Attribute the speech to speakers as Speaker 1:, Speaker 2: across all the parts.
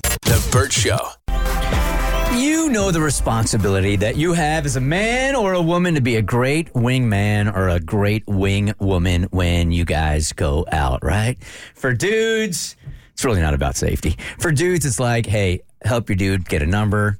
Speaker 1: The Burt Show.
Speaker 2: You know the responsibility that you have as a man or a woman to be a great wingman or a great wing woman when you guys go out, right? For dudes, it's really not about safety. For dudes, it's like, hey, help your dude get a number,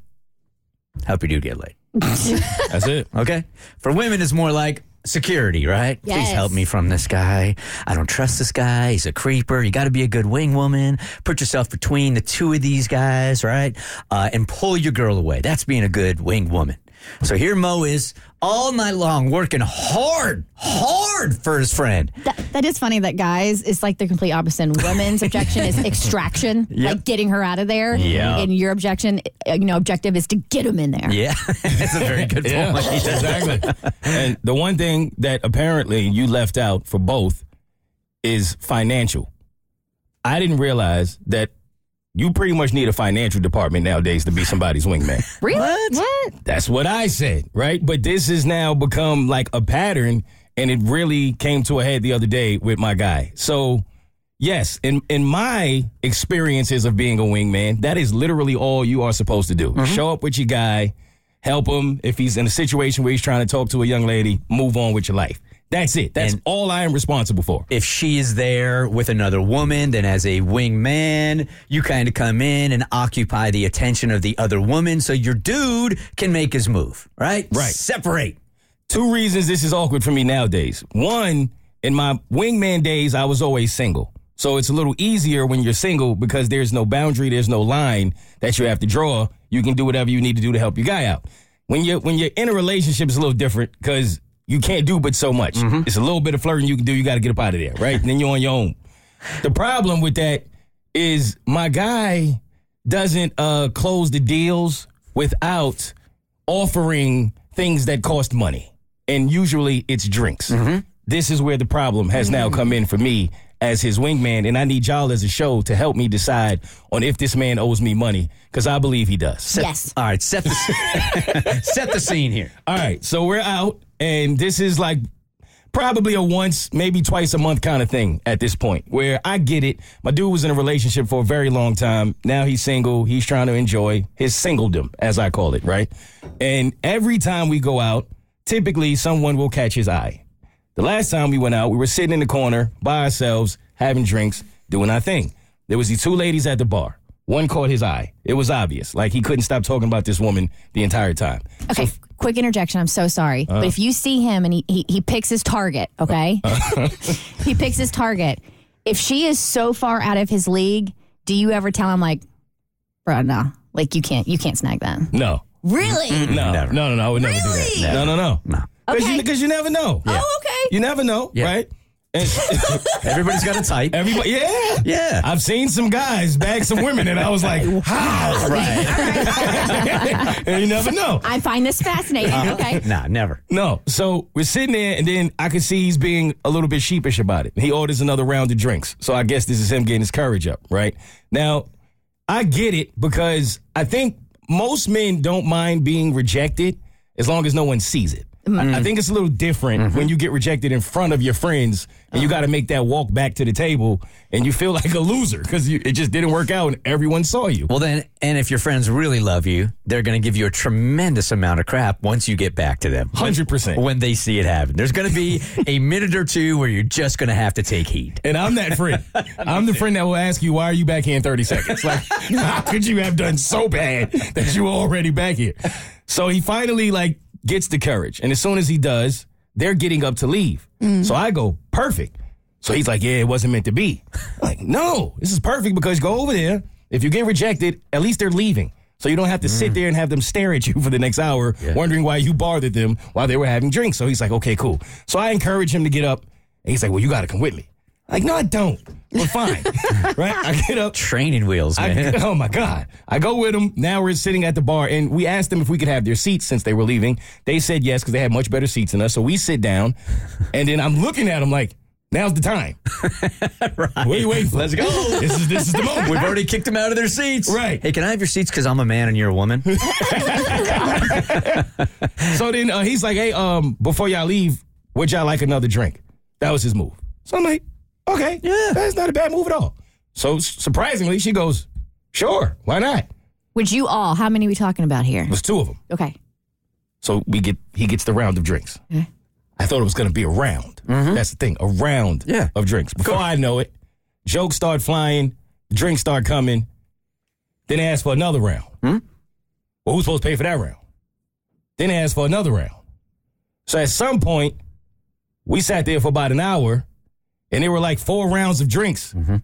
Speaker 2: help your dude get laid.
Speaker 3: That's it.
Speaker 2: Okay. For women, it's more like security, right? Please
Speaker 4: Yes.
Speaker 2: help me from this guy. I don't trust this guy. He's a creeper. You got to be a good wing woman. Put yourself between the two of these guys, right? Uh, and pull your girl away. That's being a good wing woman. So here Mo is all night long working hard, hard for his friend.
Speaker 4: That, that is funny that guys is like the complete opposite. And Women's objection is extraction, like getting her out of there.
Speaker 2: Yeah.
Speaker 4: And your objection, uh, you know, objective is to get him in there.
Speaker 2: Yeah, that's a very good point.
Speaker 3: Yeah, exactly. And the one thing that apparently you left out for both is financial. I didn't realize that you pretty much need a financial department nowadays to be somebody's wingman.
Speaker 4: Really?
Speaker 2: What?
Speaker 4: What?
Speaker 3: That's what I said, right? But this has now become like a pattern, and it really came to a head the other day with my guy. So, yes, in in my experiences of being a wingman, that is literally all you are supposed to do: show up with your guy, help him if he's in a situation where he's trying to talk to a young lady, move on with your life. That's it. That's
Speaker 2: And-
Speaker 3: all I am responsible for.
Speaker 2: if she is there with another woman, then as a wingman, you kind of come in and occupy the attention of the other woman so your dude can make his move, right?
Speaker 3: Right.
Speaker 2: Separate.
Speaker 3: two reasons this is awkward for me nowadays. One, in my wingman days, I was always single. So it's a little easier when you're single because there's no boundary, there's no line that you have to draw. You can do whatever you need to do to help your guy out. When you're when you're in a relationship, it's a little different because you can't do but so much. It's a little bit of flirting you can do. You got to get up out of there, right? and then you're on your own. The problem with that is my guy doesn't uh, close the deals without offering things that cost money, and usually it's drinks. This is where the problem has now come in for me as his wingman, and I need y'all as a show to help me decide on if this man owes me money because I believe he does.
Speaker 4: Yes.
Speaker 2: All right, set the, set the scene here.
Speaker 3: All right, so we're out, and this is like probably a once, maybe twice a month kind of thing at this point where I get it. My dude was in a relationship for a very long time. Now he's single. He's trying to enjoy his singledom, as I call it, right? And every time we go out, typically someone will catch his eye. The last time we went out, we were sitting in the corner by ourselves, having drinks, doing our thing. There was these two ladies at the bar. One caught his eye. It was obvious. Like he couldn't stop talking about this woman the entire time.
Speaker 4: Okay. Quick interjection. I'm so sorry.
Speaker 2: Uh.
Speaker 4: but if you see him and he, he, he picks his target, okay?
Speaker 2: Uh.
Speaker 4: he picks his target. If she is so far out of his league, do you ever tell him, like, bro, no, like you can't, you can't snag that?
Speaker 3: No.
Speaker 4: Really?
Speaker 3: No,
Speaker 2: Never.
Speaker 3: no, no, no. I would never do
Speaker 4: Mm-hmm. Really?
Speaker 3: that. No, no, no.
Speaker 2: No.
Speaker 3: Because
Speaker 4: Okay.
Speaker 3: you, 'cause you never know.
Speaker 4: Oh, okay.
Speaker 3: You never know,
Speaker 2: Yeah.
Speaker 3: right? And
Speaker 2: Everybody's got a type.
Speaker 3: everybody, yeah.
Speaker 2: Yeah.
Speaker 3: I've seen some guys bag some women, and I was like, how?
Speaker 2: Right.
Speaker 3: and you never know.
Speaker 4: I find this fascinating.
Speaker 2: Uh-huh.
Speaker 4: Okay.
Speaker 2: nah, never.
Speaker 3: No. So we're sitting there, and then I could see he's being a little bit sheepish about it. He orders another round of drinks. So I guess this is him getting his courage up, right? Now, I get it because I think most men don't mind being rejected as long as no one sees it. I, I think it's a little different when you get rejected in front of your friends and you got to make that walk back to the table and you feel like a loser because it just didn't work out and everyone saw you.
Speaker 2: Well, then, and if your friends really love you, they're going to give you a tremendous amount of crap once you get back to them.
Speaker 3: 100%.
Speaker 2: When they see it happen, there's going to be a minute or two where you're just going to have to take heat.
Speaker 3: And I'm that friend. I'm the friend that will ask you, why are you back here in 30 seconds? Like, how could you have done so bad that you were already back here? So he finally, like, gets the courage. And as soon as he does, they're getting up to leave. So I go, perfect. So he's like, yeah, it wasn't meant to be. I'm like, no, this is perfect because go over there. If you get rejected, at least they're leaving. So you don't have to sit there and have them stare at you for the next hour, wondering why you bothered them while they were having drinks. So he's like, okay, cool. So I encourage him to get up. And he's like, well, you got to come with me. Like, no, I don't. We're fine. right? I get up.
Speaker 2: Training wheels,
Speaker 3: I,
Speaker 2: man.
Speaker 3: oh my God. I go with them. Now we're sitting at the bar and we asked them if we could have their seats since they were leaving. They said yes because they had much better seats than us. So we sit down and then I'm looking at them like, now's the time. Wait, wait. Let's go. This is, this is the moment.
Speaker 2: We've already kicked them out of their seats.
Speaker 3: Right.
Speaker 2: Hey, can I have your seats because I'm a man and you're a woman?
Speaker 3: So then uh, he's like, "Hey, um, before y'all leave, would y'all like another drink?" That was his move. So I'm like, "Okay,
Speaker 2: Yeah.
Speaker 3: that's not a bad move at all." So s- surprisingly, she goes, Sure, why not? It
Speaker 4: Would you all? How many are we talking about here?
Speaker 3: was two of them.
Speaker 4: Okay.
Speaker 3: So we get he gets the round of drinks.
Speaker 4: Okay.
Speaker 3: I thought it was going to be a round. That's the thing, a round
Speaker 2: Mm-hmm. Yeah.
Speaker 3: of drinks. Before I know it, jokes start flying, drinks start coming. Then they ask for another round.
Speaker 2: Hmm?
Speaker 3: Well, who's supposed to pay for that round? Then they ask for another round. So at some point, we sat there for about an hour, and there were like four rounds of drinks.
Speaker 2: Mm-hmm.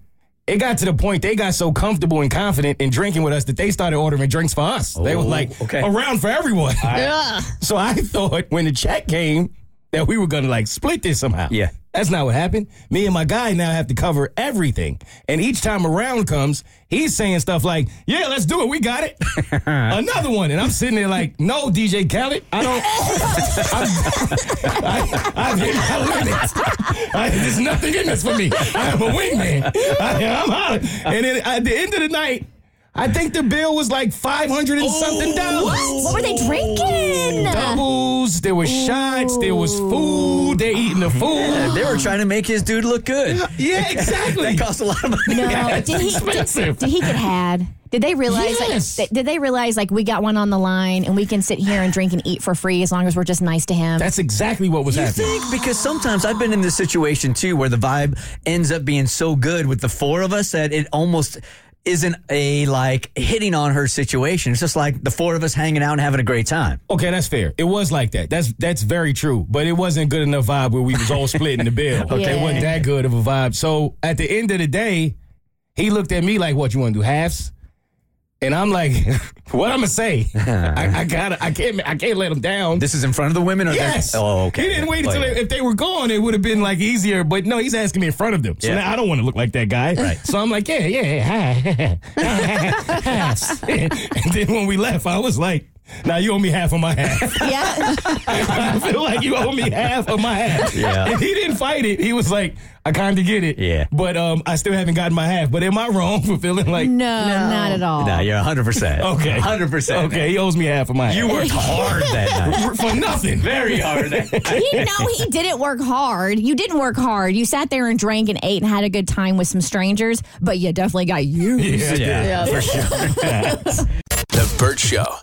Speaker 3: It got to the point they got so comfortable and confident in drinking with us that they started ordering drinks for us. they were
Speaker 2: Oh,
Speaker 3: like,
Speaker 2: okay.
Speaker 3: a round for everyone.
Speaker 4: Ugh.
Speaker 3: So I thought when the check came that we were gonna like split this somehow.
Speaker 2: Yeah.
Speaker 3: That's not what happened. Me and my guy now have to cover everything. And each time a round comes, he's saying stuff like, Yeah, let's do it. We got it. Another one. And I'm sitting there like, No, DJ Khaled, I don't. I'm, I, I've hit my limits. I, there's nothing in this for me. I'm a wingman. I, am out. And then at the end of the night, I think the bill was like 500 and something dollars
Speaker 4: What were they drinking?
Speaker 3: doubles. There was shots. There was food. They're eating the food.
Speaker 2: They were trying to make his dude look good.
Speaker 3: Yeah,
Speaker 2: That
Speaker 3: exactly.
Speaker 2: cost a lot of money.
Speaker 4: No,
Speaker 3: Yeah, it's
Speaker 4: did he
Speaker 3: expensive.
Speaker 4: did, did he get had? Did they realize?
Speaker 3: Yes.
Speaker 4: Like, th- did they realize like we got one on the line and we can sit here and drink and eat for free as long as we're just nice to him?
Speaker 3: That's exactly what was
Speaker 2: You
Speaker 3: happening.
Speaker 2: think? Because sometimes I've been in this situation too where the vibe ends up being so good with the four of us that it almost isn't a like hitting on her situation. It's just like the four of us hanging out and having a great time.
Speaker 3: Okay, that's fair. It was like that. That's that's very true. But it wasn't good enough vibe where we was all splitting the bill.
Speaker 4: Okay.
Speaker 3: It wasn't
Speaker 4: Yeah.
Speaker 3: that good of a vibe. So at the end of the day, he looked at me like, "What you want to do halves?" And I'm like, "What I'm gonna say? I, I gotta. I can't. I can't let him down."
Speaker 2: This is in front of the women or they're-
Speaker 3: Yes.
Speaker 2: Oh, okay.
Speaker 3: He didn't wait
Speaker 2: Oh,
Speaker 3: until
Speaker 2: yeah.
Speaker 3: they, if they were gone, it would have been like easier. But no, he's asking me in front of them. So
Speaker 2: Yeah.
Speaker 3: now I don't want to look like that guy. Right. So I'm like, yeah, yeah, yeah. hi, Halves. and then when we left, I was like, now you owe me half of my half.
Speaker 4: yeah.
Speaker 3: I feel like you owe me half of my half.
Speaker 2: Yeah.
Speaker 3: And he didn't fight it. He was like, I kind of get it.
Speaker 2: Yeah.
Speaker 3: But um, I still haven't gotten my half. But am I wrong for feeling like,
Speaker 4: No, not at all.
Speaker 2: No, you're 100%.
Speaker 3: okay.
Speaker 2: 100%.
Speaker 3: Okay, he owes me half of my
Speaker 2: You
Speaker 3: half.
Speaker 2: worked hard that night.
Speaker 3: for nothing.
Speaker 2: Very hard that night.
Speaker 4: You know he didn't work hard. You didn't work hard. You sat there and drank and ate and had a good time with some strangers, but you definitely got used.
Speaker 3: Yeah, I did.
Speaker 2: yeah. for sure.
Speaker 1: The Burt Show.